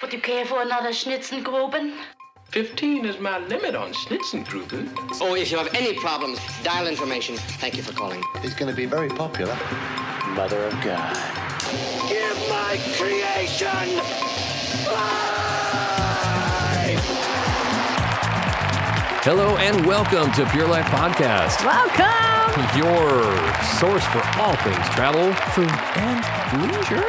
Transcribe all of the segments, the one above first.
Would you care for another Schnitzengruben? 15 is my limit on Schnitzengruben. Oh, if you have any problems, dial information. Thank you for calling. He's going to be very popular. Mother of God. Give my creation life! Hello and welcome to Pure Life Podcast, Welcome! your source for all things travel, food, and leisure.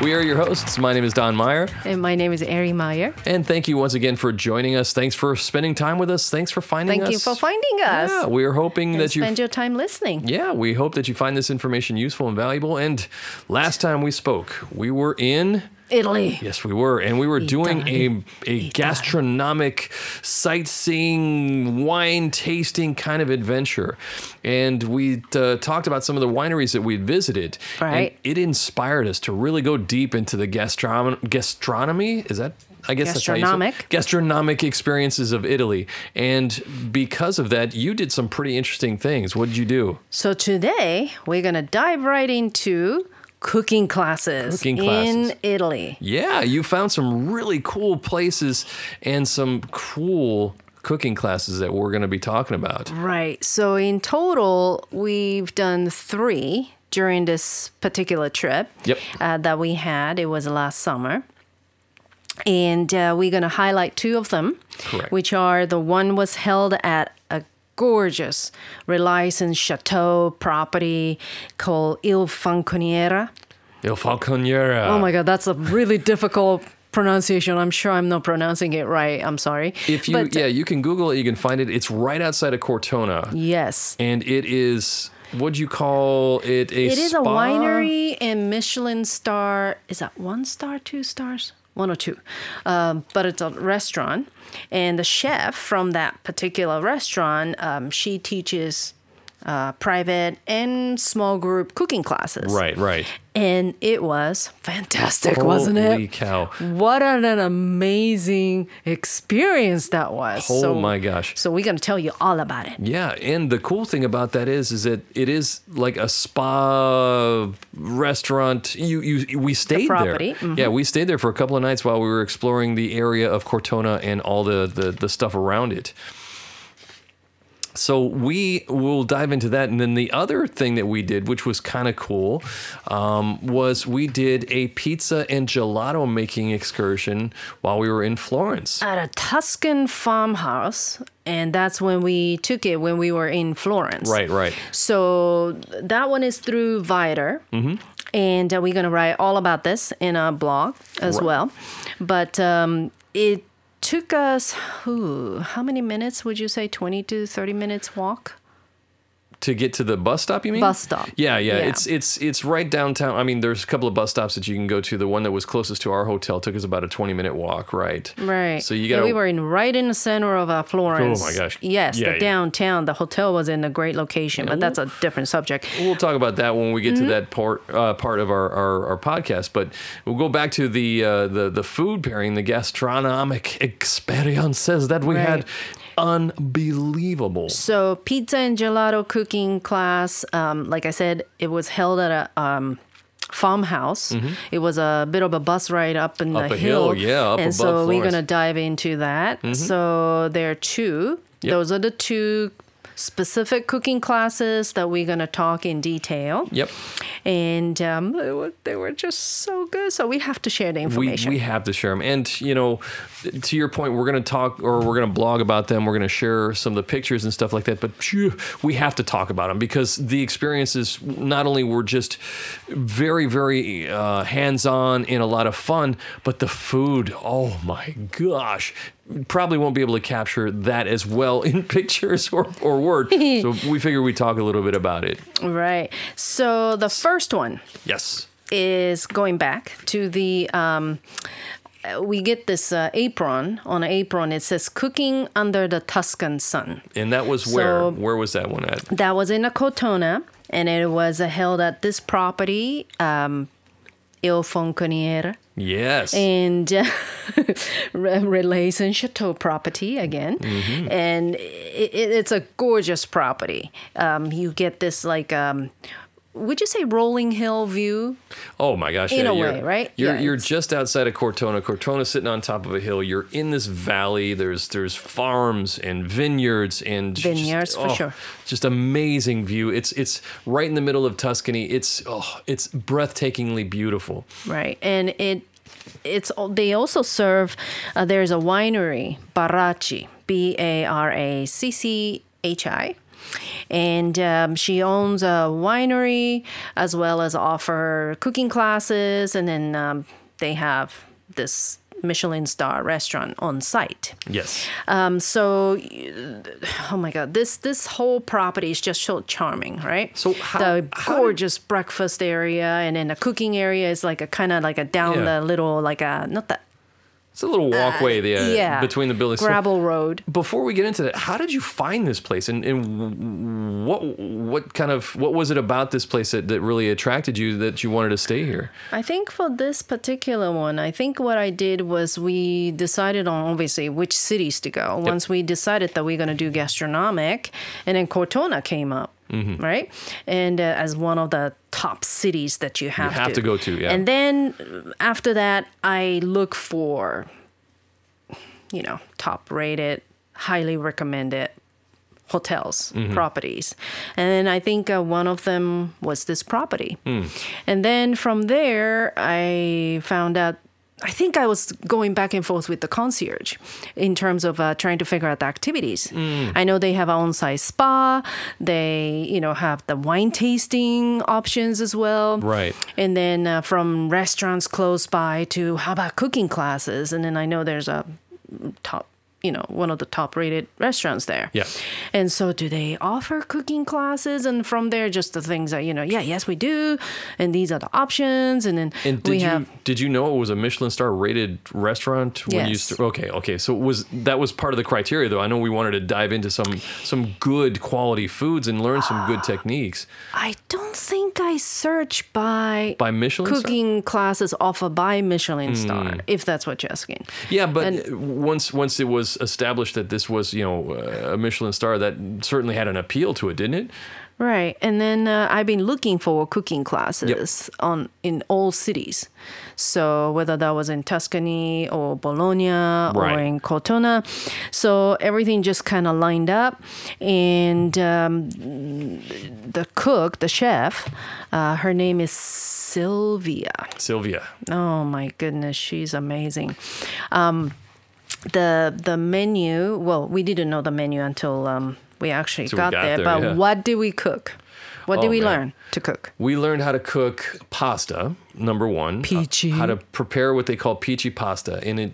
we are your hosts. My name is Don Meyer, And Uh, my name is Ari Meyer. and thank you once again for joining us. Thanks for spending time with us. Thanks for finding us. Thank you for finding us. Yeah, we're hoping and that you spend your time listening. yeah, we hope that you find this information useful and valuable. And last time we spoke, we were in Italy. Yes, we were, and we were doing a Italian. a gastronomic sightseeing, wine tasting kind of adventure, and we uh, talked about some of the wineries that we had visited. Right. And it inspired us to really go deep into the gastron- gastronomy. Is that? I guess that's how you say- Gastronomic. gastronomic experiences of Italy, and because of that, you did some pretty interesting things. What did you do? So today we're gonna dive right into cooking classes, Cooking classes. in Italy. Yeah, you found some really cool places and some cool cooking classes that we're going to be talking about. Right. So in total, we've done three during this particular trip Yep. uh, that we had. It was last summer. And uh, we're going to highlight two of them, Correct. which are the one was held at a gorgeous Reliance Chateau property called Il Fanconiera. Il Falconiera. Oh my God, that's a really difficult pronunciation. I'm sure I'm not pronouncing it right. I'm sorry. If you But, uh, yeah, you can Google it. You can find it. It's right outside of Cortona, Yes. and it is. What'd you call it? A It is a spa? winery and Michelin star. Is that one star, two stars? One or two. Um, but it's a restaurant. And the chef from that particular restaurant, um, she teaches uh, private and small group cooking classes. Right, right. And it was fantastic, wasn't it? Holy cow! What an an amazing experience that was. Oh my gosh. So we're going to tell you all about it. Yeah, and the cool thing about that is, is that it is like a spa restaurant. You, you, we stayed property, there. Yeah, we stayed there for a couple of nights while we were exploring the area of Cortona and all the the, the stuff around it. So we will dive into that, and then the other thing that we did, which was kind of cool, um, was we did a pizza and gelato making excursion while we were in Florence. at a Tuscan farmhouse, and that's when we took it when we were in Florence. Right, right. So that one is through Viter. Mm-hmm. And uh, we're going to write all about this in our blog as Right. well. But um, it took us, ooh, how many minutes would you say? 20 to 30 minutes walk? to get to the bus stop you mean Bus stop. yeah, yeah Yeah. it's it's it's right downtown i mean there's a couple of bus stops that you can go to the one that was closest to our hotel took us about a 20 minute walk right Right. so you And got we were in right in the center of uh, Florence. Oh my gosh. Yes, Yeah, the yeah. downtown. The hotel was in a great location, but that's a different subject. We'll talk about that when we get Mm-hmm. to that part uh, part of our, our, our podcast. But we'll go back to the uh, the the food pairing, the gastronomic experiences that we had. Right. Unbelievable. So pizza and gelato cooking class. Um, like I said, it was held at a um, farmhouse. It was a bit of a bus ride up in Mm-hmm. Up the a hill, yeah, up and above so we're Florence. gonna dive into that. So there are two. Yep. Those are the two specific cooking classes that we're gonna talk in detail. Yep. And um, they, were, they were just so good. So we have to share the we, information. we have to share them. And, you know, to your point, we're going to talk or we're going to blog about them. We're going to share some of the pictures and stuff like that. But phew, we have to talk about them because the experiences not only were just very, very uh, hands on and a lot of fun, but the food, oh my gosh. Probably won't be able to capture that as well in pictures or, or word. so we figure we talk a little bit about it. right. So the first one. Yes. is going back to the um, uh, we get this uh, apron on an apron it says cooking under the tuscan sun And that was where? So- where was that one at? that was in a cotona and it was uh, held at this property um, il fonconiere Yes. and uh, Re- relays and chateau property again and i i it's a gorgeous property um, you get this like um, would you say rolling hill view? Oh my gosh! In yeah, a you're- way, right? You're Yeah, you're it's- just outside of Cortona. Cortona's sitting on top of a hill. You're in this valley. There's there's farms and vineyards and just- oh, Vineyards, for sure. Just amazing view. It's it's right in the middle of Tuscany. It's oh, it's breathtakingly beautiful. Right, and it it's al- they also serve. Uh, there's a winery, Baracci, B A R A C C H I, and um, she owns a winery as well as offer cooking classes, and then um, they have this Michelin star restaurant on site. Yes. Um, so, you- oh my God, this this whole property is just so charming, right? So how- the how did- gorgeous breakfast area, and then the cooking area is like a kind of like a down Yeah. the little like a not that It's a little walkway there Uh, yeah between the buildings. So gravel road. before we get into that, how did you find this place, and, and what what kind of what was it about this place that, that really attracted you that you wanted to stay here? I think for this particular one, I think what I did was we decided on obviously which cities to go. Once we decided that we're going to do gastronomic, and then Cortona came up, Mm-hmm. right? And uh, as one of the top cities that you have, have to go to, yeah. And then uh, after that, I look for, you know, top rated, highly recommended hotels properties and then i think uh, one of them was this property and then from there i found out i think i was going back and forth with the concierge in terms of uh, trying to figure out the activities i know they have an on-site spa they you know have the wine tasting options as well Right. and then uh, from restaurants close by to how about cooking classes and then i know there's a top you know one of the top rated restaurants there Yeah. and so do they offer cooking classes and from there just the things that you know yeah yes we do and these are the options and then And did we you have did you know it was a Michelin star rated restaurant when you Yes. st- okay okay so it was that was part of the criteria though I know we wanted to dive into some some good quality foods and learn some good techniques i don't think i search by by Michelin star? Mm. cooking classes offered by michelin star if that's what you're asking Yeah, but And- once once it was established that this was you know uh, a Michelin star, that certainly had an appeal to it, didn't it? Right, and then uh, I've been looking for cooking classes on in all cities. So whether that was in Tuscany or Bologna or Right. in Cortona, so everything just kind of lined up. And um, the cook, the chef, uh, her name is Sylvia. Sylvia, Oh my goodness, she's amazing. Um, the the menu. Well, we didn't know the menu until um, we actually So we got, got there. there, But yeah. what did we cook? What did Oh, we man. learn to cook? we learned how to cook pasta. Number one, Uh, Peachy. How to prepare what they call peachy pasta, and it.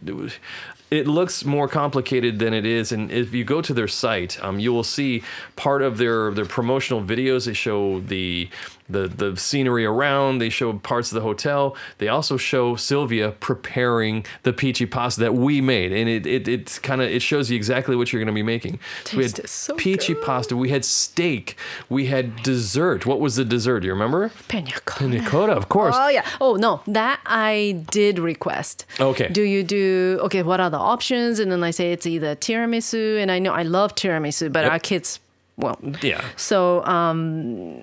It looks more complicated than it is, and if you go to their site, um, you will see part of their, their promotional videos. They show the, the the scenery around. They show parts of the hotel. They also show Sylvia preparing the peachy pasta that we made, and it, it it's kind of it shows you exactly what you're going to be making. So we Tastes had so peachy pasta. We had steak. We had dessert. What was the dessert? Do you remember? Pina colada. Nicotta, of course. Oh yeah. Oh no, that I did request. Okay. Do you do okay? What are the options? And then I say it's either tiramisu, and I know I love tiramisu, but Yep. our kids won't. Yeah. So um,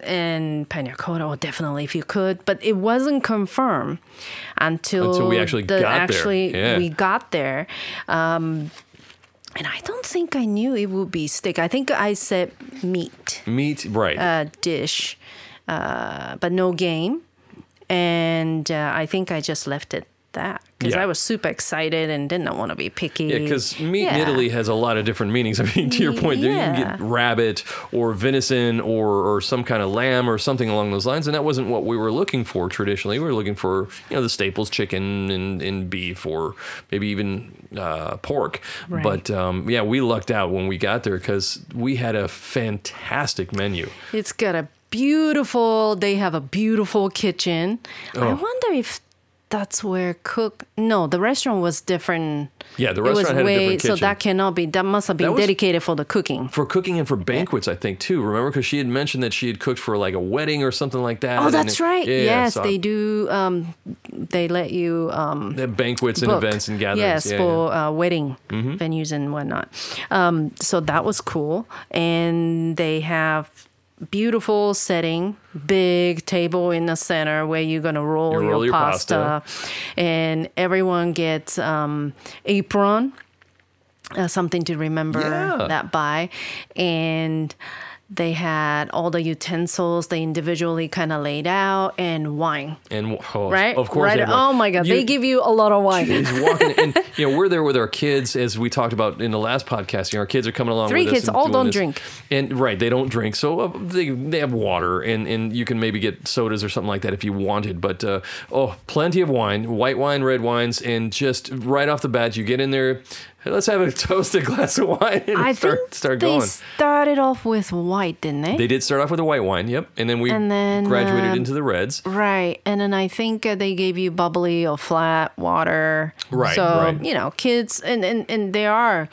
and pina colada, oh, definitely if you could, but it wasn't confirmed until Until we actually the- got there. actually Yeah. we got there. Um, and I don't think I knew it would be steak. I think I said meat Meat, right. uh, dish, uh, but no game. And uh, I think I just left it that because Yeah. I was super excited and did not want to be picky. yeah, because meat in Yeah. Italy has a lot of different meanings. I mean, to your point, there you can get Yeah. rabbit or venison or, or some kind of lamb or something along those lines. And that wasn't what we were looking for traditionally. We were looking for, you know, the staples, chicken and, and beef or maybe even uh, pork. Right. But um, yeah, we lucked out when we got there because we had a fantastic menu. It's got a beautiful. They have a beautiful kitchen. I Oh. wonder if that's where cook. No, the restaurant was different. Yeah, the It was restaurant had a way, different so kitchen. that cannot be. That must have That been was- dedicated for the cooking. for cooking and for banquets, I think too. Remember, because she had mentioned that she had cooked for like a wedding or something like that. Oh, and that's it- right. yeah, yes, so they do. Um, they let you um, they have banquets and book. events and gatherings. Yes, yeah, for yeah. Mm-hmm. Uh, wedding venues and whatnot. Um, so that was cool. And they have beautiful setting, big table in the center where you're gonna roll, You roll your, your pasta, pasta. and everyone gets um, apron, uh, something to remember Yeah. that by, and they had all the utensils they individually kind of laid out and wine, and oh, right? of course, right? they have a- Oh my god, you- they give you a lot of wine. is walking and you know we're there with our kids as we talked about in the last podcast you know our kids are coming along Three with us kids, and all doing don't this. drink. and right they don't drink so uh, they, they have water and and you can maybe get sodas or something like that if you wanted but uh, oh plenty of wine white wine red wines and just right off the bat you get in there "Hey, let's have a toasted glass of wine and I start think start they going started off with white, didn't they? they did start off with a white wine yep and then we And then, graduated um, into the reds Right. And then I think uh, they gave you bubbly or flat water. Right, So, right. you know, kids, and, and, and there are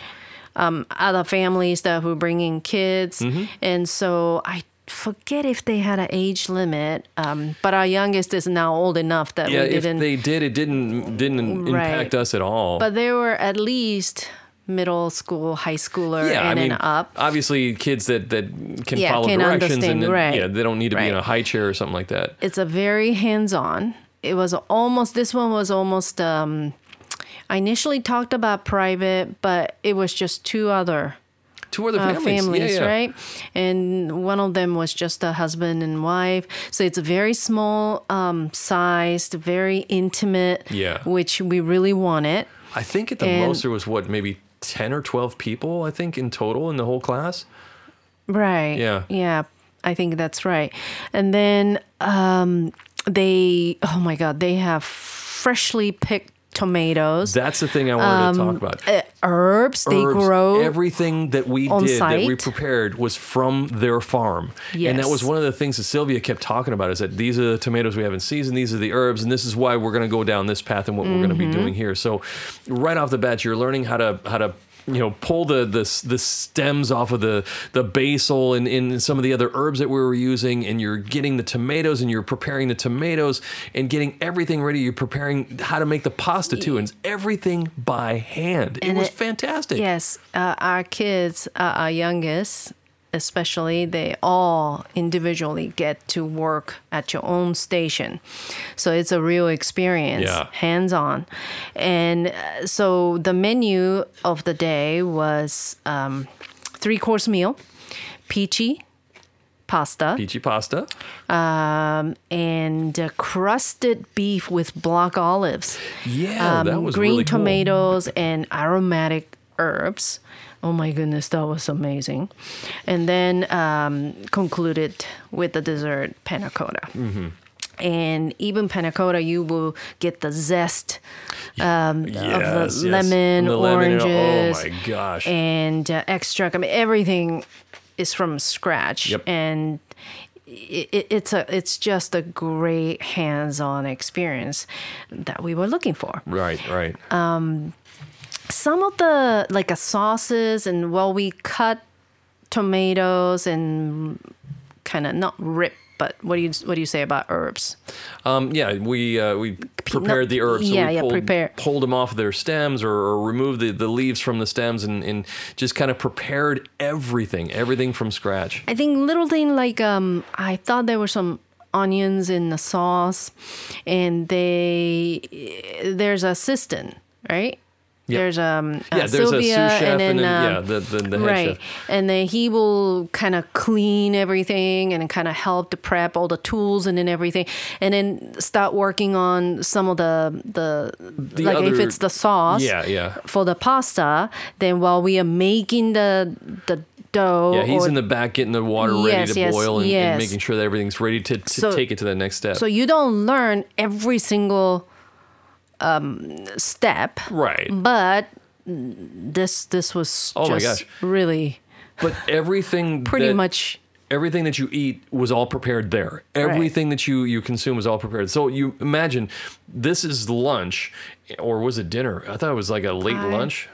um, other families that who bring in kids. Mm-hmm. And so I forget if they had an age limit, um, but our youngest is now old enough that yeah we if didn't. they did it didn't didn't Right. impact us at all but they were at least middle school, high schooler, yeah, and I mean, then up. Obviously, kids that that can Yeah, follow can directions understand, and then, right, yeah, they don't need to be in right. a high chair or something like that. it's a very hands-on it was almost this one was almost um i initially talked about private but it was just two other Two other uh, families, families, yeah, yeah. right and one of them was just a husband and wife so it's a very small um sized very intimate Yeah. which we really wanted I think at the And- most there was what maybe ten or twelve people, I think, in total in the whole class. Right. Yeah. Yeah. I think that's right. And then um, they, oh my God, they have freshly picked tomatoes, That's the thing I wanted to talk about. uh, herbs, they Herbs, grow. everything that we on did that we site. prepared was from their farm, and that Yes. was one of the things that Sylvia kept talking about. Is that these are the tomatoes we have in season, these are the herbs, and this is why we're going to go down this path and what we're going to Mm-hmm. be doing here. So, right off the bat, you're learning how to how to you know pull the the, s- the stems off of the the basil and, and some of the other herbs that we were using, and you're getting the tomatoes and you're preparing the tomatoes and getting everything ready. You're preparing how to make the pasta too, and it's everything by hand. it And was it- fantastic. yes. Uh, our kids, uh, our youngest, especially they all individually get to work at your own station so it's a real experience Yeah. hands on and uh, so the menu of the day was um, three course meal peachy pasta peachy pasta. and uh, crusted beef with black olives Yeah, Oh, that was Um, green really cool. tomatoes and aromatic herbs. Oh my goodness, that was amazing. And then um, concluded with the dessert panna cotta. Mm-hmm. And even panna cotta, you will get the zest um, Yes, of yes. the lemon, And the lemon, oranges, oh my gosh. and uh, extract. I mean, everything is from scratch, Yep. and it, it, it's a it's just a great hands-on experience that we were looking for. Right, right. Some of the like uh, sauces and well, we cut tomatoes and kind of not rip, but what do you what do you say about herbs? Um, yeah, we uh, we prepared the herbs. So yeah, we yeah, pulled, prepare. pulled them off their stems or, or removed the, the leaves from the stems and, and just kind of prepared everything, everything from scratch. I think little thing like um, I thought there were some onions in the sauce, and they there's a assistant, right? Yep. There's um uh, Yeah, there's Sylvia, a sous chef and then, um, yeah, the, the, the head right, chef. and then he will kind of clean everything and kind of help to prep all the tools and then everything, and then start working on some of the the, like if other- it's the sauce, Yeah, yeah. for the pasta, then while we are making the the dough, Yeah, he's or in the back getting the water ready Yes, to yes, boil and, yes. and making sure that everything's ready to, to So- take it to the next step. So you don't learn every single um, step, right. but this this was Oh my just gosh. really But everything pretty that- much everything that you eat was all prepared there. Everything that you you consume was all prepared. So you imagine this is lunch, or was it dinner? I thought it was like a late lunch.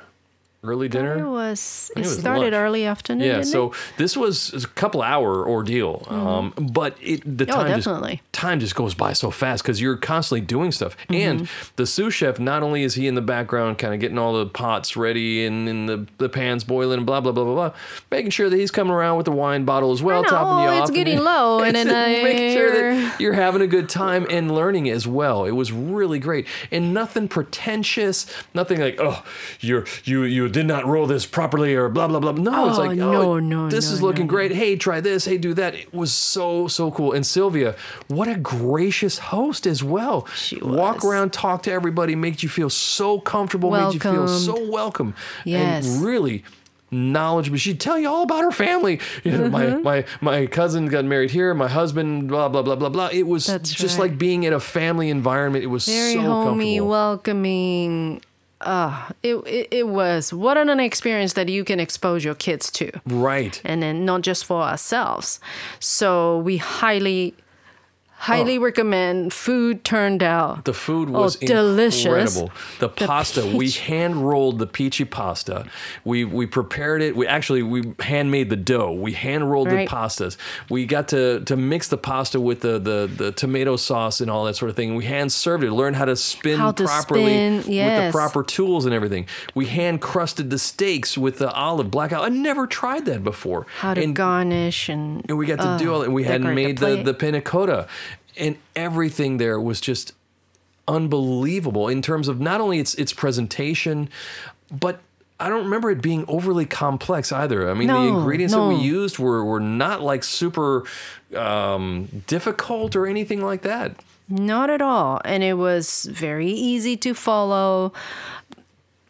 Early dinner. It was. think It it was started lunch. early afternoon. Yeah, didn't so it? Mm-hmm. this was a couple hour ordeal, um, but it the Oh, time definitely. Mm-hmm. just time just goes by so fast because you're constantly doing stuff. And the sous chef, not only is he in the background, kind of getting all the pots ready and, and the the pans boiling and blah blah blah blah blah, making sure that he's coming around with the wine bottle as well, know, topping you oh, off. it's and getting you- low, and it's- then making sure I- that you're having a good time and learning as well. It was really great and nothing pretentious, nothing like oh you're you you did not roll this properly or blah blah blah. No, no, it's Oh, like, no, oh, no, this no, is looking no, great. Hey, try this. Hey, do that. It was so, so cool. And Sylvia, what a gracious host as well. She Walk was. around, talk to everybody, made you feel so comfortable, made you feel Welcomed. so welcome. Yes. And really knowledgeable. She'd tell you all about her family. You know, Mm-hmm. My, my, my cousin got married here. My husband, blah, blah, blah, blah, blah. It was That's just right. like being in a family environment. It was very so homey, comfortable. welcoming. Ah, it, it it was what an experience that you can expose your kids to, right. and then not just for ourselves. So we highly, highly recommend. Food turned out Oh. The food Oh, was delicious. incredible. The The pasta, we peach- hand rolled the peachy pasta. We we prepared it. We actually we handmade the dough. We hand rolled Right. the pastas. We got to to mix the pasta with the, the the tomato sauce and all that sort of thing. We hand served it. Learned how to spin How to properly spin, with the yes. proper tools and everything. We hand crusted the steaks with the olive black olive. I never tried that before. how to And- garnish and and we got to ah, do all that. We hadn't decorate made the, plate. the, pina cotta. And everything there was just unbelievable in terms of not only its its presentation, but I don't remember it being overly complex either. I mean, the No, ingredients that no. we used were, were not like super um, difficult or anything like that. Not at all. And it was very easy to follow.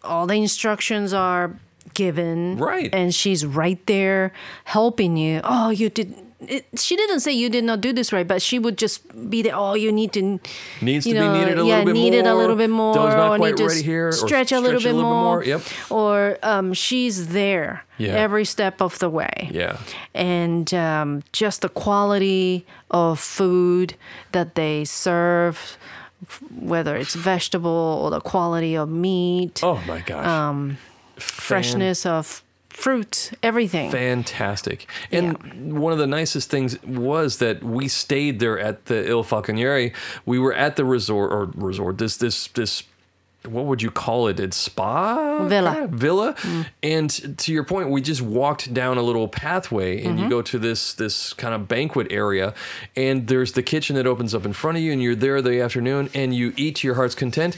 All the instructions are given. Right. And she's right there helping you. Oh, you did. It, she didn't say you did not do this right, but she would just be there. Oh, you need to Needs you to be know, needed a yeah, little bit needed a more. little bit more. Those not or quite need to ready here, or Stretch a little stretch bit more. Yep. Or um, she's there Yeah. every step of the way Yeah. and um, just the quality of food that they serve, f- whether it's vegetable or the quality of meat, Oh my gosh. Um, freshness of fruit, everything. fantastic. And one of the nicest things was that we stayed there at the Il Falconieri. We were at the resort or resort. This this this. What would you call it? It's spa Villa. kinda? Oh, villa. And to your point, we just walked down a little pathway, and you go to this this kind of banquet area, and there's the kitchen that opens up in front of you, and you're there the afternoon, and you eat to your heart's content.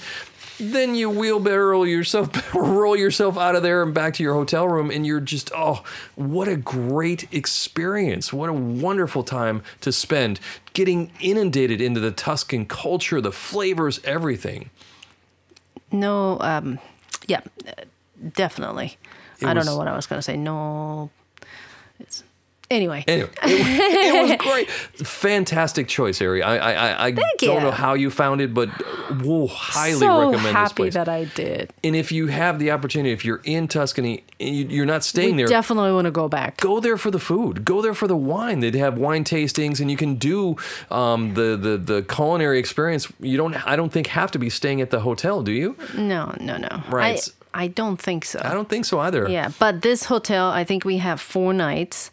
Then you wheelbarrow yourself, roll yourself out of there and back to your hotel room, and you're just oh, what a great experience! What a wonderful time to spend getting inundated into the Tuscan culture, the flavors, everything. No, um, yeah, uh, definitely. It I don't was- know what I was going to say. No. It's, anyway. Anyway, it, was- it was great. Fantastic choice, Ari. I I, I, I don't you. know how you found it, but whoa, highly so recommend this happy place. that I did. and if you have the opportunity, if you're in Tuscany and you, you're not staying We there, definitely want to go back. go there for the food. Go there for the wine. They'd have wine tastings, and you can do um, the, the the culinary experience. You don't. I don't think have to be staying at the hotel, do you? No, no, no. Right. I, I don't think so. I don't think so either. Yeah, but this hotel, I think we have four nights,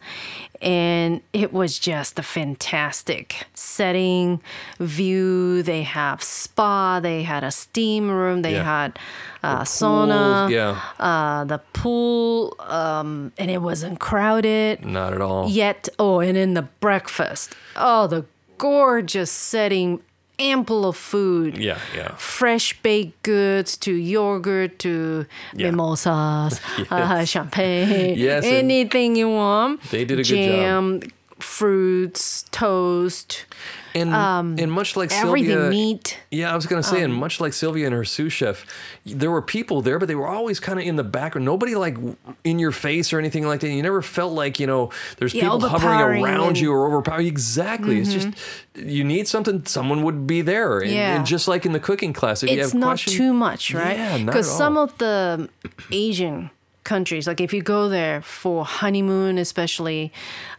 and it was just a fantastic setting, view. They have spa, they had a steam room, they Yeah. had uh, Pools, sauna, Yeah, uh, the pool, um, and it wasn't crowded not at all. yet. Oh, and in the breakfast, oh, the gorgeous setting, ample of food yeah, yeah. fresh baked goods to yogurt to Yeah. mimosas, uh, champagne, Yes, and anything you want. they did a good Jam, good job. Fruits, toast, And and much like um, everything, Sylvia, meat. Yeah, I was gonna say, and Um, much like Sylvia and her sous chef, there were people there, but they were always kind of in the background. Nobody like w- in your face or anything like that. You never felt like you know there's Yeah, people hovering overpowering around and- Mm-hmm. you or overpowering. Exactly. It's just you need something, someone would be there. And, Yeah. and just like in the cooking class, if you It's have not questions, too much, right? Yeah, not at Because some all. of the Asian countries, like if you go there for honeymoon, especially.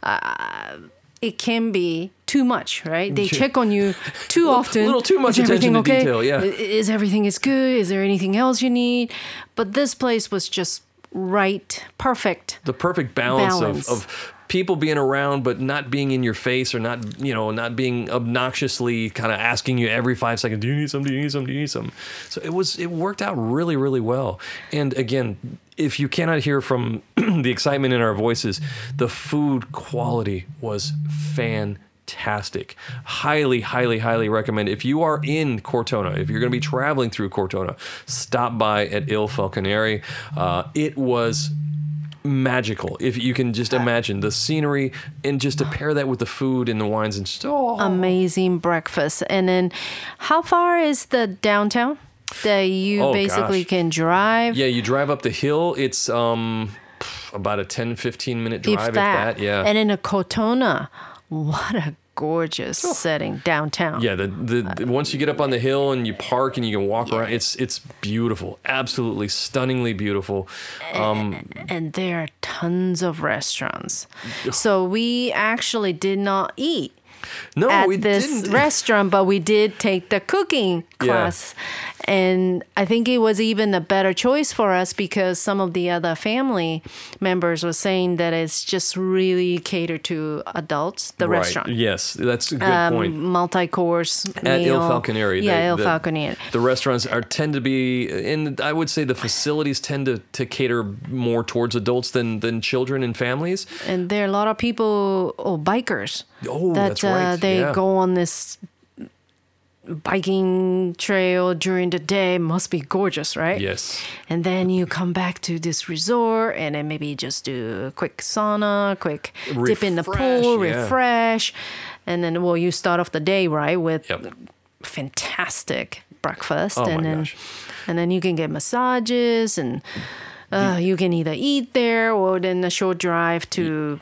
Uh, it can be too much, right? They Yeah. check on you too often. little too much Is everything attention to okay? detail, yeah. is everything is good is there anything else you need but this place was just right, perfect. the perfect balance, Balance. Of, of people being around but not being in your face or not you know not being obnoxiously kind of asking you every five seconds do you need some do you need some do you need some so it was it worked out really really well and again if you cannot hear from the excitement in our voices the food quality was fantastic fantastic. Highly, highly, highly recommend. If you are in Cortona, if you're going to be traveling through Cortona, stop by at Il Falconeri. Uh, it was magical. If you can just imagine the scenery and just to pair that with the food and the wines and just, oh, Um, Amazing breakfast. And then how far is the downtown that you Oh, basically gosh. can drive? yeah, you drive up the hill. It's um about a 10, 15 minute if drive, if that. that. yeah. And in a Cotona, what a gorgeous setting downtown. Oh. Yeah, the, the, Uh, the- once you get up on the hill and you park and you can walk around, it's it's beautiful, absolutely stunningly beautiful. and there are tons of restaurants. So we actually did not eat No, at we this didn't. restaurant, but we did take the cooking Yeah. class. And I think it was even a better choice for us because some of the other family members were saying that it's just really catered to adults, the Right. restaurant. Um, Yes, that's a good point. Multi-course At Il meal. Falconeri, Yeah, they- Il the- Falconeri. The restaurants are tend to be, and I would say the facilities tend to, to cater more towards adults than than children and families. and there are a lot of people oh bikers Oh, that's uh, right, they yeah. go on this biking trail during the day must be gorgeous right Yes. and then you come back to this resort and then maybe just do a quick sauna quick dip in the pool Refresh, yeah. refresh and then well you start off the day right with Yep. fantastic breakfast Oh my and then gosh. and then you can get massages and uh, you can either eat there or then a short drive to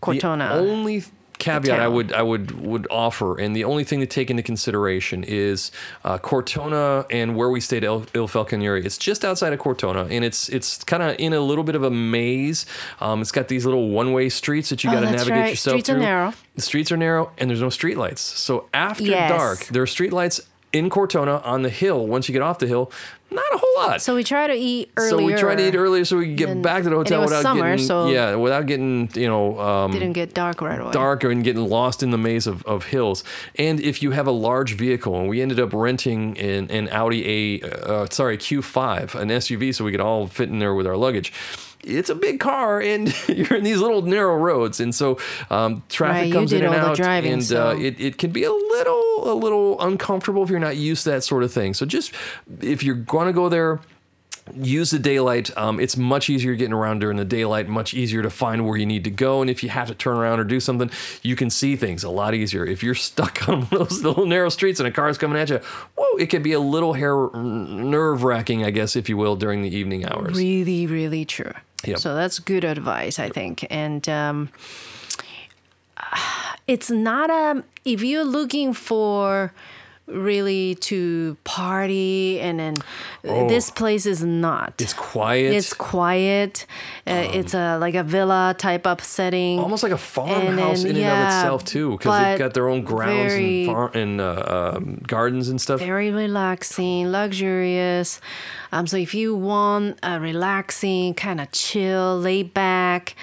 Cortona. The only caveat I town. would I would would offer, and the only thing to take into consideration is uh, Cortona and where we stayed, Il, Il Falconieri. It's just outside of Cortona, and it's it's kind of in a little bit of a maze. Um, it's got these little one way streets that you Oh, got to that's navigate right. yourself Streets are through. narrow. The streets are narrow, and there's no street lights. So after Yes. dark, there are street lights in Cortona on the hill. Once you get off the hill, not a whole lot. so we try to eat earlier. So we tried to eat earlier so we could get than- back to the and it hotel was without summer, getting so- yeah without getting you know um, Didn't get dark right away. dark and getting lost in the maze of, of hills. And if you have a large vehicle, and we ended up renting an, an Audi A, uh, sorry, Q5, an SUV, so we could all fit in there with our luggage. It's a big car, and you're in these little narrow roads, and so um, traffic Right, you comes in did and all the out, driving, and so- uh, it, it can be a little a little uncomfortable if you're not used to that sort of thing. So just if you're going to go there use the daylight. Um, it's much easier getting around during the daylight, much easier to find where you need to go. And if you have to turn around or do something, you can see things a lot easier. If you're stuck on one of those little narrow streets and a car's coming at you, whoa, it can be a little hair nerve wracking, I guess, if you will, during the evening hours. Really, really true. Yep. So that's good advice, I think. And um, it's not a, if you're looking for really to party and then uh, this place is not. Oh. It's quiet. Um. It's quiet. Uh, it's a like a villa type up setting. almost like a farmhouse in and of then, yeah, itself too, because they've but got their own grounds very- and, far- and uh, um, gardens and stuff. very relaxing, luxurious. Um, so if you want a relaxing, kind of chill, laid back,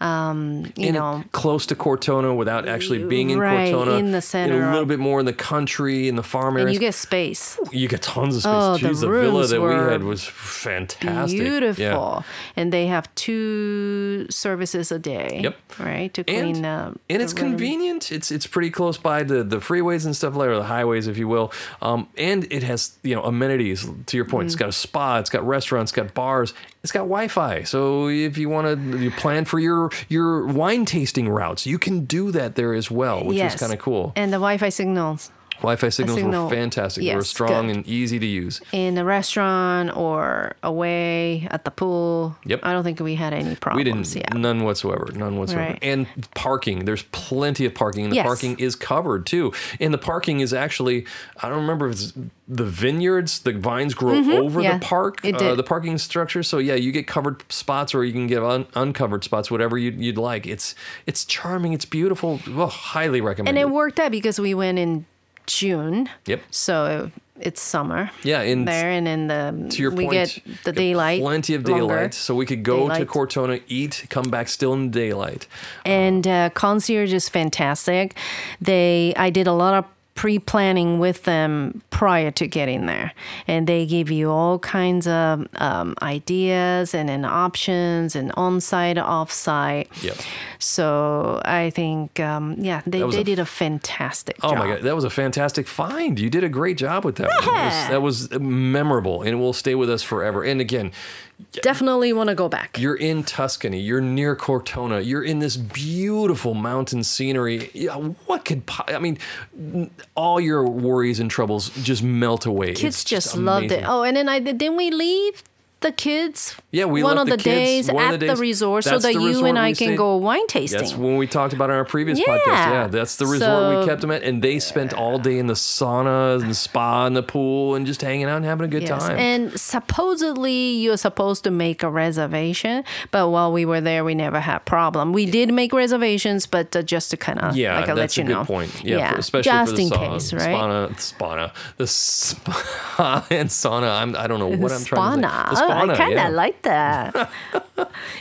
um, you in- know, close to Cortona without actually being in Right, Cortona. in the center a little of- bit more in the country, in the farm and areas. you get space. You get tons of space. Oh, the Jeez, the, villa rooms that we were had was fantastic. Yeah. Beautiful. And they have two services a day. Yep. Right? To And, clean up. and the it's room. convenient. It's it's pretty close by the, the freeways and stuff like or the highways, if you will. Um, and it has you know amenities. To your Mm. point, it's got a spa, it's got restaurants, it's got bars, it's got Wi-Fi. So if you want to you plan for your your wine tasting routes, you can do that there as well, which yes. is kind of cool. And the Wi Fi signals Wi-Fi signals signal- were fantastic. they were yes, strong good. and easy to use. in a restaurant or away at the pool. Yep. I don't think we had any We problems. didn't Yeah. none whatsoever, none whatsoever. Right. And parking, there's plenty of parking, and the Yes. parking is covered too. And the parking is actually, I don't remember if it's the vineyards, the vines grow over Mm-hmm. yeah. the park, It Uh, did. the parking structure. So yeah, you get covered spots, or you can get un- uncovered spots, whatever you'd, you'd like. It's it's charming, it's beautiful. Well, highly recommended. And it worked out because we went in June. Yep. So it's summer. Yeah, and there and in the to your we point, get the daylight. Plenty of longer. daylight, so we could go Daylight. to Cortona, eat, come back still in daylight. and uh, concierge is fantastic. They I did a lot of pre-planning with them prior to getting there, and they give you all kinds of um, ideas and, then options and on-site, off-site. Yep. So I think um, yeah, they, was they a- did a fantastic Oh job. my god, that was a fantastic find. You did a great job with that. one. Yeah. That, was, that was memorable, and it will stay with us forever. And again, Definitely want to go back. You're in Tuscany. You're near Cortona. You're in this beautiful mountain scenery. Yeah, what could po- I mean? n- All your worries and troubles just melt away. kids It's just, loved it. amazing. Oh, and then I didn't we leave the kids. Yeah, we one left of the the, kids days one of at the the, days. resort so That's that the you resort and we I stayed- can go wine tasting. That's when we talked about on our previous Yeah. podcast. Yeah, that's the resort we So- kept them at, and they spent all day in the sauna and the spa and the pool and just hanging out and having a good Yes, time. And supposedly you're supposed to make a reservation, but while we were there, we never had problem. We did make reservations, but uh, just to kind of yeah, like, uh, let that's you a good know. point. Yeah, for- especially just for the in sauna, case, right? Spana, spana, the spa and sauna. I'm, I don't know what I'm trying to Spana. say. The Oh, I spana, kind of yeah. like that.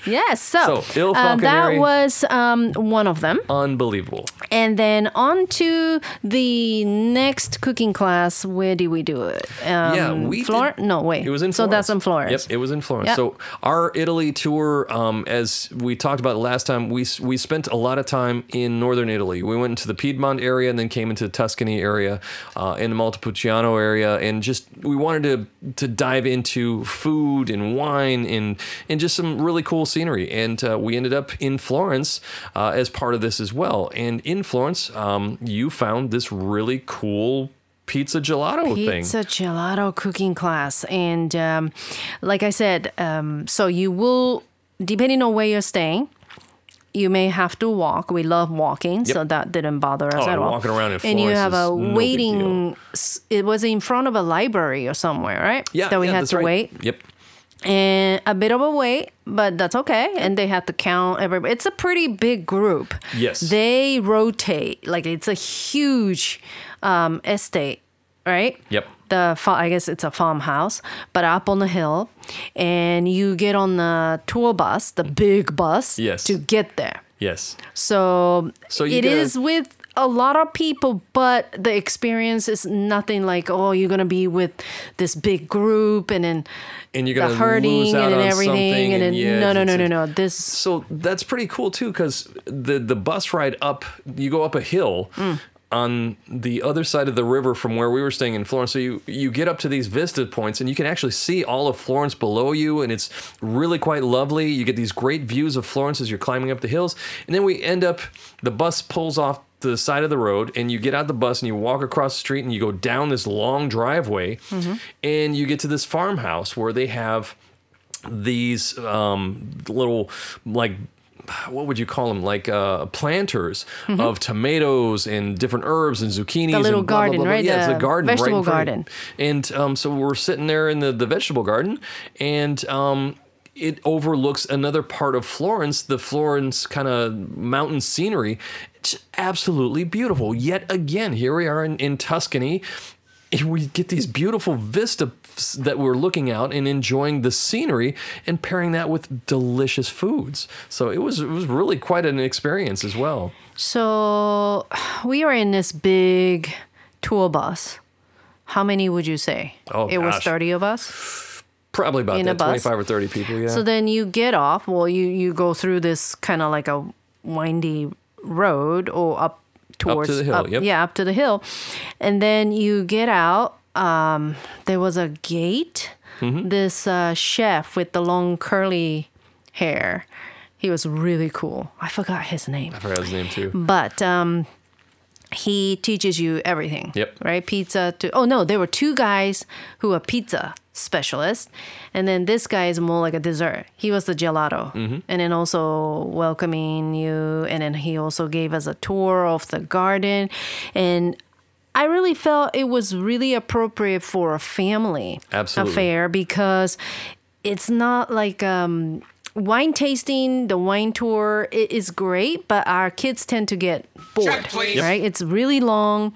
yes. So, So, Il uh, that Falconeri. was um, one of them. unbelievable. And then on to the next cooking class. Where did we do it? Um, yeah, we Flor- did- no, wait. It was in so Florence. that's in Florence. Yep, it was in Florence. Yep. So our Italy tour, um, as we talked about last time, we s- we spent a lot of time in northern Italy. We went into the Piedmont area and then came into the Tuscany area, uh, in the Montepulciano area, and just we wanted to to dive into food and wine and and just some really cool scenery. And uh, we ended up in Florence uh, as part of this as well. And in Florence, um, you found this really cool. Pizza gelato thing. Pizza gelato cooking class, and um, like I said, um, so you will depending on where you're staying, you may have to walk. We love walking, so that didn't bother us Oh, at and all. walking around in and you Florence have is a no big waiting. deal. s- It was in front of a library or somewhere, right? Yeah, that we yeah, had that's to right. wait. Yep. and a bit of a wait, but that's okay. And they had to count everybody. It's a pretty big group. Yes. They rotate. Like it's a huge um, estate, right? Yep. The fa- I guess it's a farmhouse, but up on the hill, and you get on the tour bus, the big bus, Yes. to get there. Yes. So, So you it gotta- is with a lot of people, but the experience is nothing like oh, you're gonna be with this big group and then And you're the gonna herding lose out and on then everything something and, and then yeah, no no it's- no no no it's- this So that's pretty cool too, because the the bus ride up, you go up a hill. On the other side of the river from where we were staying in Florence, so you you get up to these vista points and you can actually see all of Florence below you, and it's really quite lovely. You get these great views of Florence as you're climbing up the hills, and then we end up. The bus pulls off to the side of the road and you get out the bus and you walk across the street and you go down this long driveway and you get to this farmhouse where they have these um, little like what would you call them like uh, planters of tomatoes and different herbs and zucchinis Mm-hmm. little and blah, blah, garden, blah, blah. right? yeah it's The a garden right in vegetable front of you. garden. and um, so we're sitting there in the, the vegetable garden and um, it overlooks another part of Florence, the Florence kind of mountain scenery. It's absolutely beautiful. Yet again, here we are in, in Tuscany. and We get these beautiful vistas that we're looking out and enjoying the scenery, and pairing that with delicious foods. So it was it was really quite an experience as well. so we are in this big tour bus. How many would you say? Oh, it was gosh. thirty of us. Probably about In a that, bus? twenty five or thirty people. Yeah. So then you get off. Well, you you go through this kind of like a windy road or up towards the hill, yep. yeah up to the hill, and then you get out. Um, there was a gate. Mm-hmm. This uh, chef with the long curly hair, he was really cool. I forgot his name I forgot his name too. but um, he teaches you everything. Yep. Right? Pizza to oh no, there were two guys who are pizza specialists, and then this guy is more like a dessert. He was the gelato, Mm-hmm. and then also welcoming you, and then he also gave us a tour of the garden, and. I really felt it was really appropriate for a family Absolutely. affair because it's not like um, wine tasting, the wine tour i- is great, but our kids tend to get bored, right? It's really long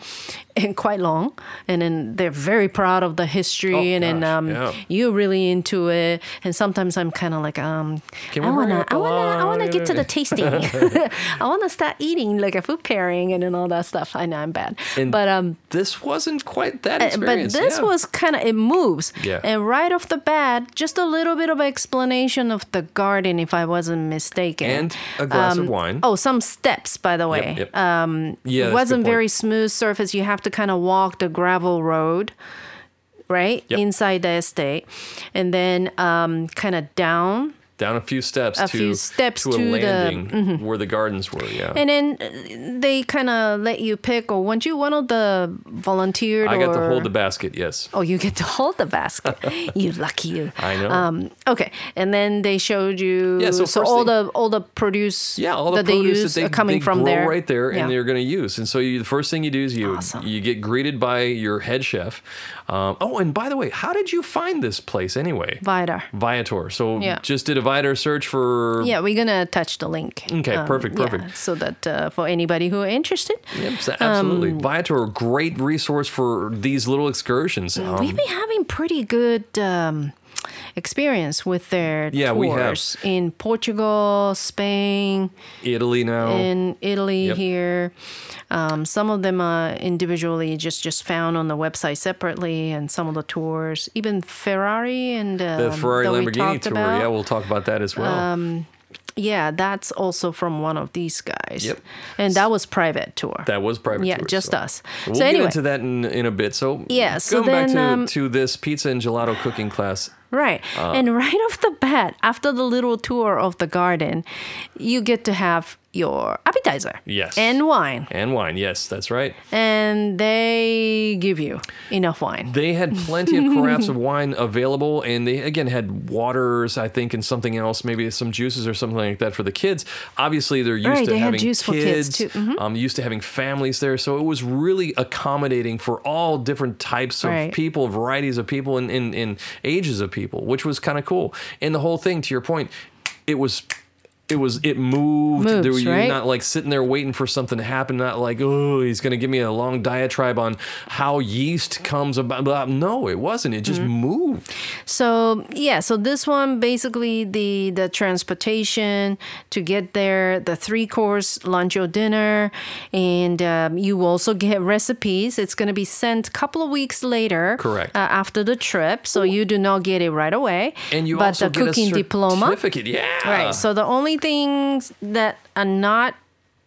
and quite long. And then they're very proud of the history, Oh, and then gosh, um, yeah. you're really into it. And sometimes I'm kind of like, um, I Can we hurry wanna, up Oh, I wanna, I wanna along? get to the tasting. I wanna start eating like a food pairing and then all that stuff. I know I'm bad, And but um, this wasn't quite that uh, but experience. this yeah. was kind of it moves Yeah. and right off the bat just a little bit of explanation of the garden if i wasn't mistaken And a glass of wine. oh some steps by the way Yep, yep. Um, Yeah, that's a it good wasn't point. very smooth surface you have to kind of walk the gravel road right Yep. inside the estate and then um, kind of down down a few steps a to few steps to a to the- Mm-hmm. landing where the gardens were. Yeah, and then uh, they kind of let you pick or weren't you one of the volunteered I got to or- hold the basket. Yes, Oh, you get to hold the basket. you lucky you. I know. Um, okay, and then they showed you Yeah, so first all they- the all the produce yeah, all the that produce they use that they, are coming they from grow there right there, Yeah. and they're going to use. And so you, the first thing you do is you Awesome. you get greeted by your head chef. Um, oh, and by the way, how did you find this place anyway? Vidar. Viator. So Yeah. just did a Viator search for. Yeah, we're gonna attach the link. Um, Okay, perfect, yeah, perfect. so that uh, for anybody who are interested, Yep, Um, so absolutely. Viator, great resource for these little excursions. Um, we've been having pretty good um, experience with their Yeah, we have. tours in Portugal, Spain. Italy now. in Italy Oh. Yep. here. Um, some of them are individually just just found on the website separately, and some of the tours, even Ferrari and um, the Ferrari that we Lamborghini talked tour. about. Um, Yeah, we'll talk about that as well. Yeah, that's also from one of these guys. Yep. and that was private tour. That was private. yeah, tours, just so. us. We'll so get anyway, into that in, in a bit. So Yeah, so going back then, to, um, to this pizza and gelato cooking class. Right. Uh. and right off the bat, after the little tour of the garden, you get to have your appetizer. Yes. And wine. And wine, yes, that's right. And they give you enough wine. They had plenty of carafes of wine available, and they again had waters, I think, and something else, maybe some juices or something like that for the kids. Obviously, they're used Right, to they had having juice for kids, too. Mm-hmm. um, used to having families there, so it was really accommodating for all different types of Right. people, varieties of people, and, and, and ages of people, which was kind of cool. And the whole thing, to your point, it was. It was. It moved. Moves, there were, you're right? not like sitting there waiting for something to happen. Not like, oh, he's going to give me a long diatribe on how yeast comes about. Blah. No, it wasn't. It just Mm-hmm. moved. So yeah, so this one basically the the transportation to get there, the three course lunch or dinner, and um, you also get recipes. It's gonna be sent a couple of weeks later, Correct. uh, after the trip, so you do not get it right away. And you but also the get cooking a diploma, certificate. Yeah. right? So the only things that are not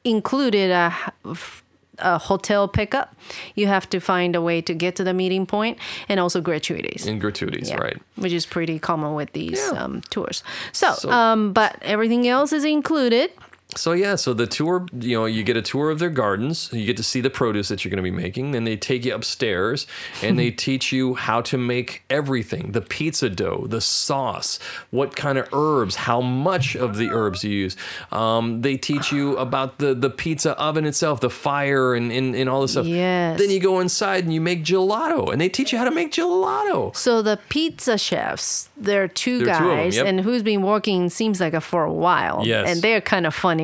included are h- a hotel pickup. You have to find a way to get to the meeting point, and also gratuities. and gratuities, Yeah, right? Which is pretty common with these Yeah. um, tours. So, So- um, but everything else is included. So yeah, so the tour, you know, you get a tour of their gardens, you get to see the produce that you're going to be making, then they take you upstairs and they teach you how to make everything, the pizza dough, the sauce, what kind of herbs, how much of the herbs you use. Um, they teach you about the the pizza oven itself, the fire and and, and all this stuff. Yes. Then you go inside and you make gelato and they teach you how to make gelato. So the pizza chefs, there are two There are guys, two of them, yep. and who's been working seems like a, for a while. Yes. And they're kind of funny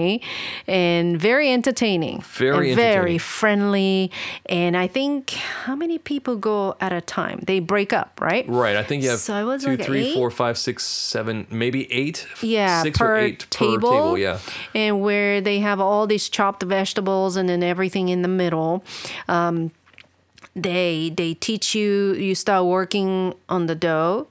and very entertaining. Very and very entertaining. friendly. And I think how many people go at a time? They break up, right? Right, I think you have So it was two, like an three, eight? four, five, six, seven, maybe eight. Yeah, six per or eight table, per table. Yeah, and where they have all these chopped vegetables and then everything in the middle. Um, they they teach you. You start working on the dough,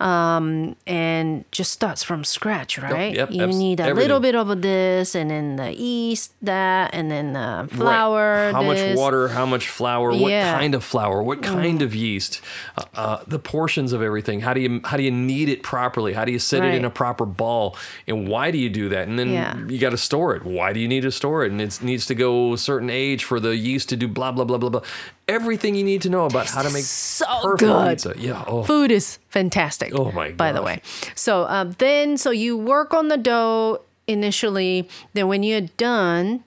um, and just starts from scratch, right? yep, you abs- need a little everything. bit of this, and then the yeast, that, and then uh, flour. How much this. water? How much flour? What Yeah. Mm. kind of flour? What kind of yeast? Uh, uh, the portions of everything. How do you how do you knead it properly? How do you set it in Right. a proper ball? And why do you do that? And then Yeah. you got to store it. Why do you need to store it? And it needs to go a certain age for the yeast to do blah blah blah blah blah. Everything you need to know about how to make so perfect good. pizza. Yeah. Oh, food is fantastic. Oh my By the gosh. way, so uh, then so you work on the dough initially. Then when you're done,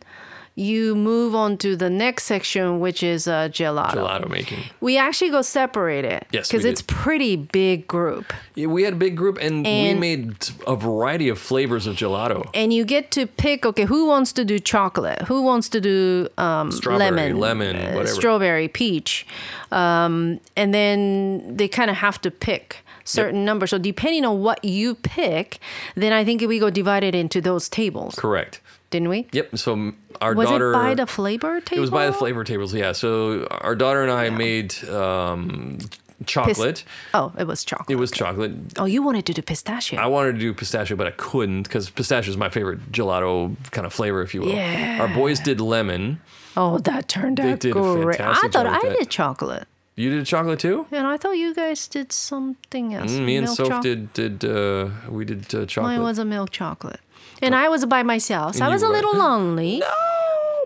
you move on to the next section, which is uh, gelato. Gelato making. We actually go separated. Yes, Because we it's did. pretty big group. Yeah, We had a big group and, we And- made a variety of flavors of gelato. And you get to pick, okay, who wants to do chocolate? Who wants to do um, Strawberry, lemon? lemon, uh, whatever. Strawberry, peach. Um, and then they kind of have to pick certain numbers. So depending on what you pick, then I think we go divided into those tables, Correct. didn't we? Yep. So m- our Was daughter it by the flavor table? It was by the flavor tables. Yeah. So our daughter and I made um, Pis- chocolate. Oh, it was chocolate. It was chocolate. Oh, you wanted to do pistachio. I wanted to do pistachio, but I couldn't because pistachio is my favorite gelato kind of flavor, if you will. Yeah. Our boys did lemon. oh, that turned They out did a great. I fantastic thought job I with that. did chocolate. You did chocolate too. And I thought you guys did something else. Mm, Me and Milk Soph choc- did did uh, we did uh, chocolate. Mine was a milk chocolate. And I was by myself. So I You was a were- little lonely.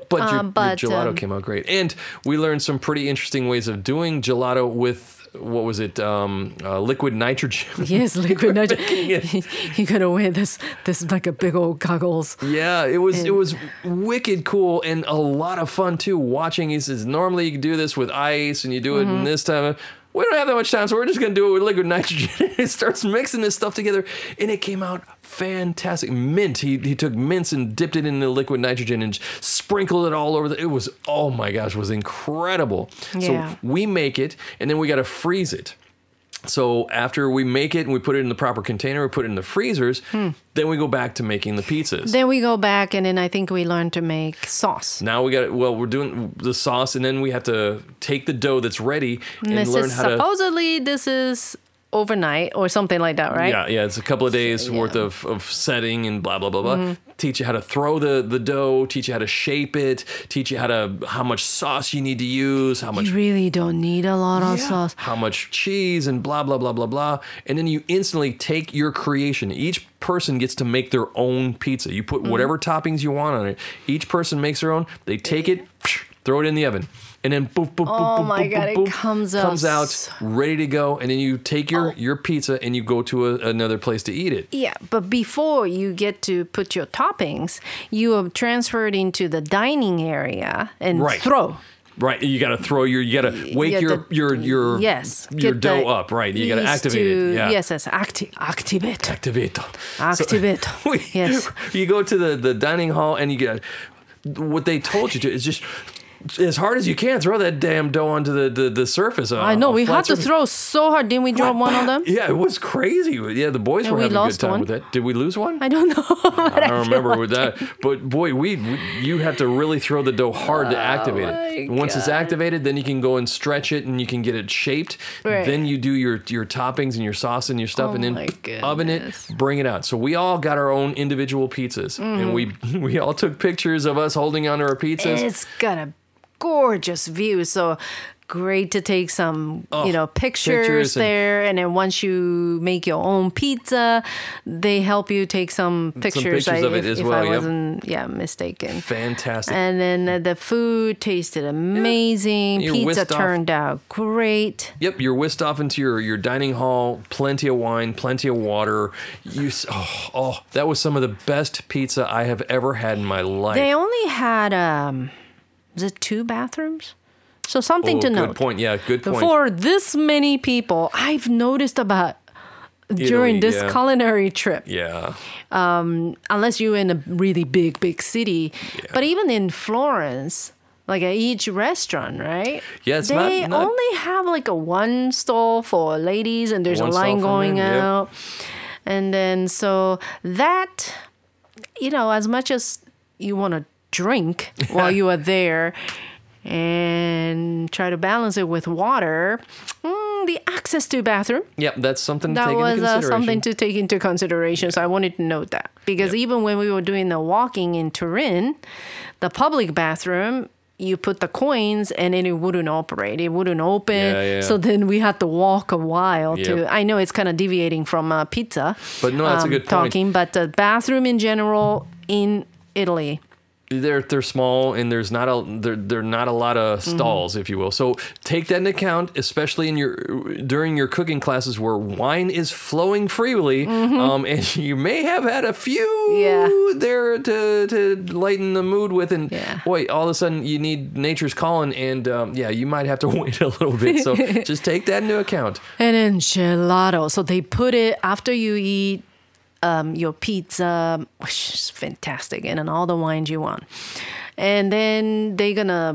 But your, your Uh, but, gelato um, came out great, and we learned some pretty interesting ways of doing gelato with what was it, um, uh, liquid nitrogen. Yes, liquid making nitrogen. you gotta wear this this like a big old goggles. yeah, it was it And- was wicked cool and a lot of fun too. Watching, he says normally you can do this with ice, and you do it Mm-hmm. in this time. We don't have that much time, so we're just gonna do it with liquid nitrogen. it starts mixing this stuff together, and it came out fantastic. Mint. He he took mints and dipped it in the liquid nitrogen and sprinkled it all over. The, it was oh my gosh, it was incredible. Yeah. So we make it, and then we gotta freeze it. So after we make it and we put it in the proper container, we put it in the freezers, Hmm. then we go back to making the pizzas. Then we go back and then I think we learned to make sauce. now we got well, we're doing the sauce, and then we have to take the dough that's ready and this learn is how to. supposedly this is overnight or something like that, right? Yeah, yeah, it's a couple of days yeah. Mm-hmm. worth of, of setting and blah blah blah blah. Teach you how to throw the the dough, teach you how to shape it, teach you how to how much sauce you need to use, how much You really don't need a lot of Yeah. sauce. How much cheese and blah blah blah blah blah. And then you instantly take your creation. Each person gets to make their own pizza. You Mm-hmm. put whatever toppings you want on it. Each person makes their own. They take it, throw it in the oven. And then boop boop boop Oh boop, my boop, God, boop, it boop, comes out comes out so- Oh. ready to go and then you take your your pizza and you go to a, another place to eat it. Yeah, but before you get to put your toppings, you are transferred into the dining area and Right. throw. Right, you got to throw your you got to wake Yeah, your, the- your your yes, your get dough the up, right? You got to yeast activate it. to- Yeah. Yes, yes, acti- activate. Activate. Activate. We- yes. You go to the, the dining hall and you get what they told you to is just as hard as you can throw that damn dough onto the the, the surface. I know Uh, we had to throw so hard. Didn't we drop one of them? Yeah, it was crazy. Yeah, the boys And were we having a good lost time one. with that. Did we lose one? I don't know. but I don't feel remember like with that. But boy, we, we you have to really throw the dough hard to activate it. Oh my Once it's God. activated, then you can go and stretch it and you can get it shaped. Right. Then you do your your toppings and your sauce and your stuff Oh and my then oven it, goodness. bring it out. So we all got our own individual pizzas Mm. and we we all took pictures of us holding onto our pizzas. It's got a gorgeous view. So great to take some, Oh, you know, pictures, pictures and- there. And then once you make your own pizza, they help you take some pictures. pictures I, of it if, as if well, I yep. wasn't, yeah, mistaken. Fantastic. And then uh, the food tasted amazing. You're Pizza whisked off. turned out great. Yep, you're whisked off into your, your dining hall. Plenty of wine, plenty of water. You s- oh, oh, that was some of the best pizza I have ever had in my life. They only had um, is it two bathrooms? So something Oh, to good note. point. Yeah, good point. For this many people, I've noticed about during Italy, this yeah. culinary trip, Yeah. Um, unless you're in a really big, big city, but even in Florence. Like at each restaurant, right? Yeah, it's not- they not- only have like a one stall for ladies, and there's One a stall line for going men, yep. out, and then so that you know, as much as you want to drink while you are there and try to balance it with water, mm, the access to bathroom, Yep, that's something to that take was into uh, consideration. something to take into consideration. So I wanted to note that because Yeah. even when we were doing the walking in Turin, the public bathroom, you put the coins and then it wouldn't operate. It wouldn't open. Yeah, yeah. So then we had to walk a while Yep. to. I know it's kind of deviating from uh, pizza. um, But no, that's a good point. Talking, but the bathroom in general in Italy they're they're small and there's not a there there are not a lot of Mm-hmm. stalls if you will. So take that into account, especially in your during your cooking classes where wine is flowing freely, um, and you may have had a few Mm-hmm. Yeah. there to to lighten the mood with, and Yeah. boy, all of a sudden you need nature's calling, and um, yeah, you might have to wait a little bit. So just take that into account. An enchilado. So they put it after you eat um, your pizza, which is fantastic, and then all the wines you want. And then they're gonna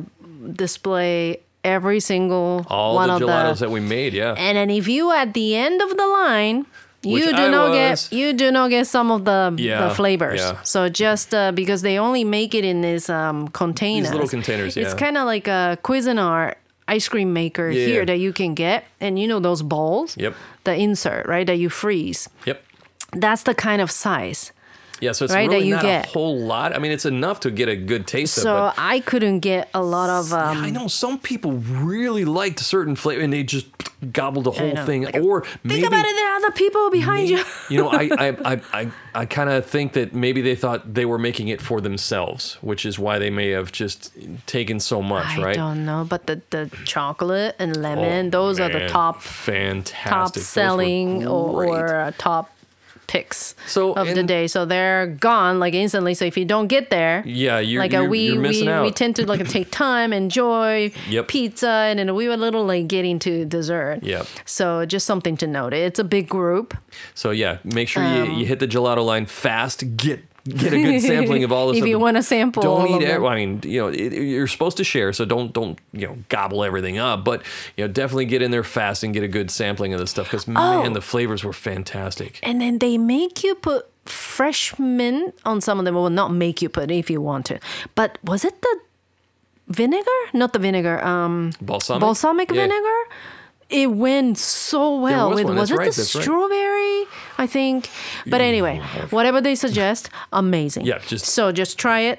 display every single All one the of gelatos the. that we made, yeah. and then if you at the end of the line, Which you do I not was. get you do not get some of the, Yeah, the flavors. yeah. So just uh, because they only make it in these um, containers, little containers, It's yeah. kind of like a Cuisinart ice cream maker Yeah. here that you can get, and you know those bowls. Yep. The insert right that you freeze. Yep. That's the kind of size. Yeah, so it's Right, that really you not get. a whole lot. I mean, it's enough to get a good taste of it. So I couldn't get a lot of. Um, Yeah, I know some people really liked certain flavor and they just gobbled the whole know, thing. like a- or maybe Think about it. There are other people behind you. you know, I I I I, I kind of think that maybe they thought they were making it for themselves, which is why they may have just taken so much, I right? don't know, but the, the chocolate and Oh, lemon, those are the man, top top fantastic Those were selling or, great. or uh, top picks So, of the and- day. So they're gone like instantly. So if you don't get there, Yeah, you're- like uh, you're- we you're missing we, we out. tend to like take time, enjoy Yep. pizza, and then we were a little like getting to dessert. Yep. So just something to note. It's a big group. So yeah, make sure you, Um, you hit the gelato line fast. Get get a good sampling of all this. If stuff. you wanna sample don't all of eat. them. every- I mean, you know, it, you're supposed to share, so don't don't you know gobble everything up. But you know, definitely get in there fast and get a good sampling of this stuff because Oh. man, the flavors were fantastic. and then they make you put fresh mint on some of them. Well, not make you put if you want to, but was it the vinegar? Not the vinegar. Um, Balsamic. balsamic Yeah. vinegar. It went so well was with one, was that's it right, the that's right. strawberry? I think. But anyway, whatever they suggest, amazing. Yeah, just- so just try it.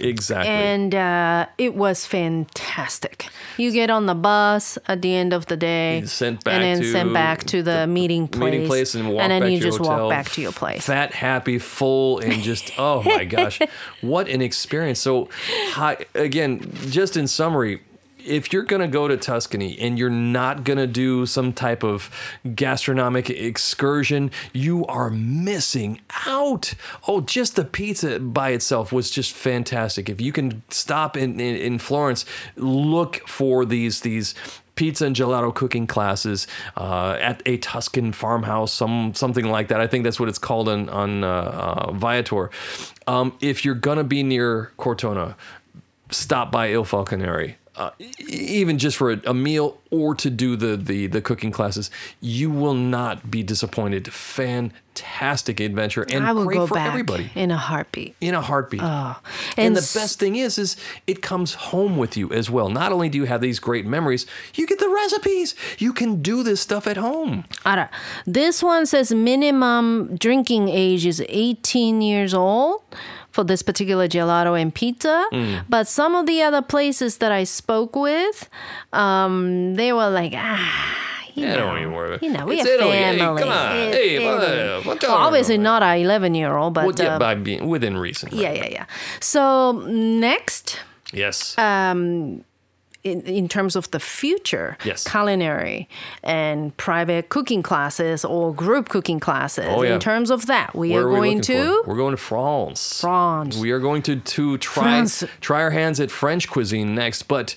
Exactly. And uh, it was fantastic. You get on the bus at the end of the day, sent back and then to sent back to the, meeting place, meeting place and walk then back you to your just hotel, walk back to your place. Fat, happy, full, and just oh my gosh, what an experience! So, hi, again, just in summary. If you're gonna go to Tuscany and you're not gonna do some type of gastronomic excursion, you are missing out. Oh, just the pizza by itself was just fantastic. If you can stop in, in, in Florence, look for these these pizza and gelato cooking classes uh, at a Tuscan farmhouse, some something like that. I think that's what it's called on on uh, uh, Viator. Um, if you're gonna be near Cortona, stop by Il Falconeri. Uh, e- even just for a, a meal or to do the, the the cooking classes, you will not be disappointed. Fantastic adventure and I will great go for back Oh. everybody in a heartbeat. in a heartbeat. and, and the s- best thing is, is it comes home with you as well. Not only do you have these great memories, you get the recipes. You can do this stuff at home. All right. This one says minimum drinking age is 18 years old for this particular gelato and pizza. Mm. But some of the other places that I spoke with, um, they were like, ah. You Yeah, know, don't even worry about it. You know, we It's are Italy. Hey, family. come on. It's Hey, what- Italy. what Well, going obviously on? not our 11 year old, but Well, yeah, uh, by being within reason. right? yeah, yeah, yeah. So next, Uh, Yes. in, in terms of the future Yes. culinary and private cooking classes or group cooking classes Oh, yeah. in terms of that we Where are we going looking to For? We're going to France. France. We are going to to try France. try our hands at French cuisine next, but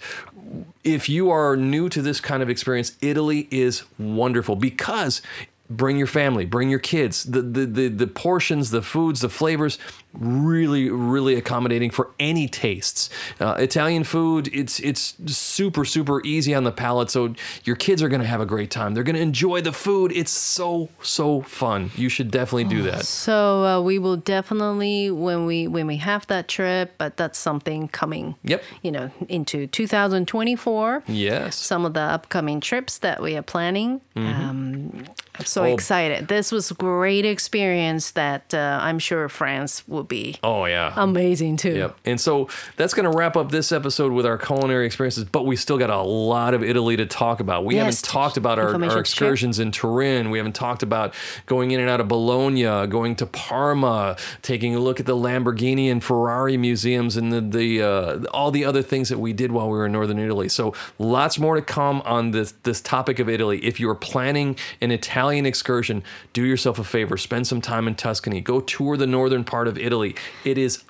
if you are new to this kind of experience, Italy is wonderful because bring your family, bring your kids. The the the, the portions, the foods, the flavors really really accommodating for any tastes. Uh, Italian food, it's it's super super easy on the palate, so your kids are going to have a great time. They're going to enjoy the food. It's so so fun. You should definitely do that. so uh, we will definitely when we when we have that trip but that's something coming Yep. you know into 2024 Yes. Mm-hmm. some of the upcoming trips that we are planning um, I'm so Oh. excited. This was great experience that uh, I'm sure France will be Oh yeah. um, amazing too. Yep. And so that's going to wrap up this episode with our culinary experiences, but we still got a lot of Italy to talk about. We Yes. haven't talked about our, Information our to excursions in Turin. We haven't talked about going in and out of Bologna, going to Parma, taking a look at the Lamborghini and Ferrari museums and the, the uh, all the other things that we did while we were in northern Italy. So lots more to come on this this topic of Italy. If you are planning an Italian excursion, do yourself a favor, spend some time in Tuscany, go tour the northern part of Italy. It is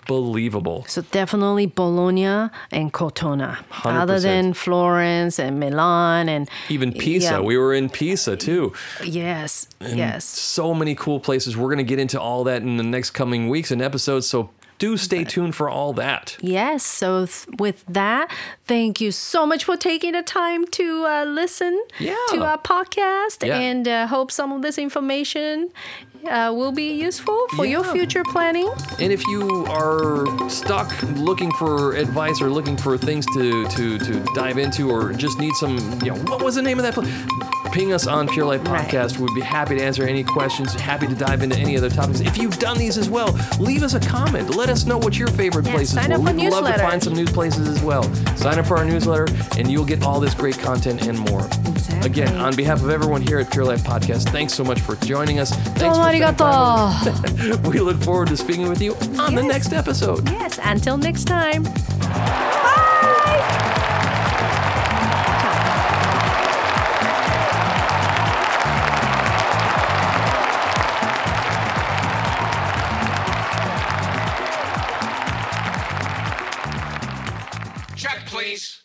unbelievable. So definitely Bologna and Cortona. Other 100%. than Florence and Milan and Even Pisa, Yeah. we were in Pisa too. yes, yes. so many cool places. We're going to get into all that in the next coming weeks and episodes. So do stay tuned for all that. Yes. So, th- with that, thank you so much for taking the time to uh, listen Yeah. to our podcast, Yeah. and uh, hope some of this information uh, will be useful for your Yeah. future planning. And if you are stuck looking for advice or looking for things to to to dive into or just need some, you know, what was the name of that place? Ping us on Pure Life Right. Podcast. We'd be happy to answer any questions, happy to dive into any other topics. If you've done these as well, leave us a comment. Let us know what your favorite Yeah, places sign were. up for We'd love to newsletter. find some new places as well. Sign up for our newsletter, and you'll get all this great content and more. Exactly. Again, on behalf of everyone here at Pure Life Podcast, thanks so much for joining us. Thanks Domo for spending time with us. arigato. We look forward to speaking with you on the Yes. next episode. Yes. Until next time. Check, please.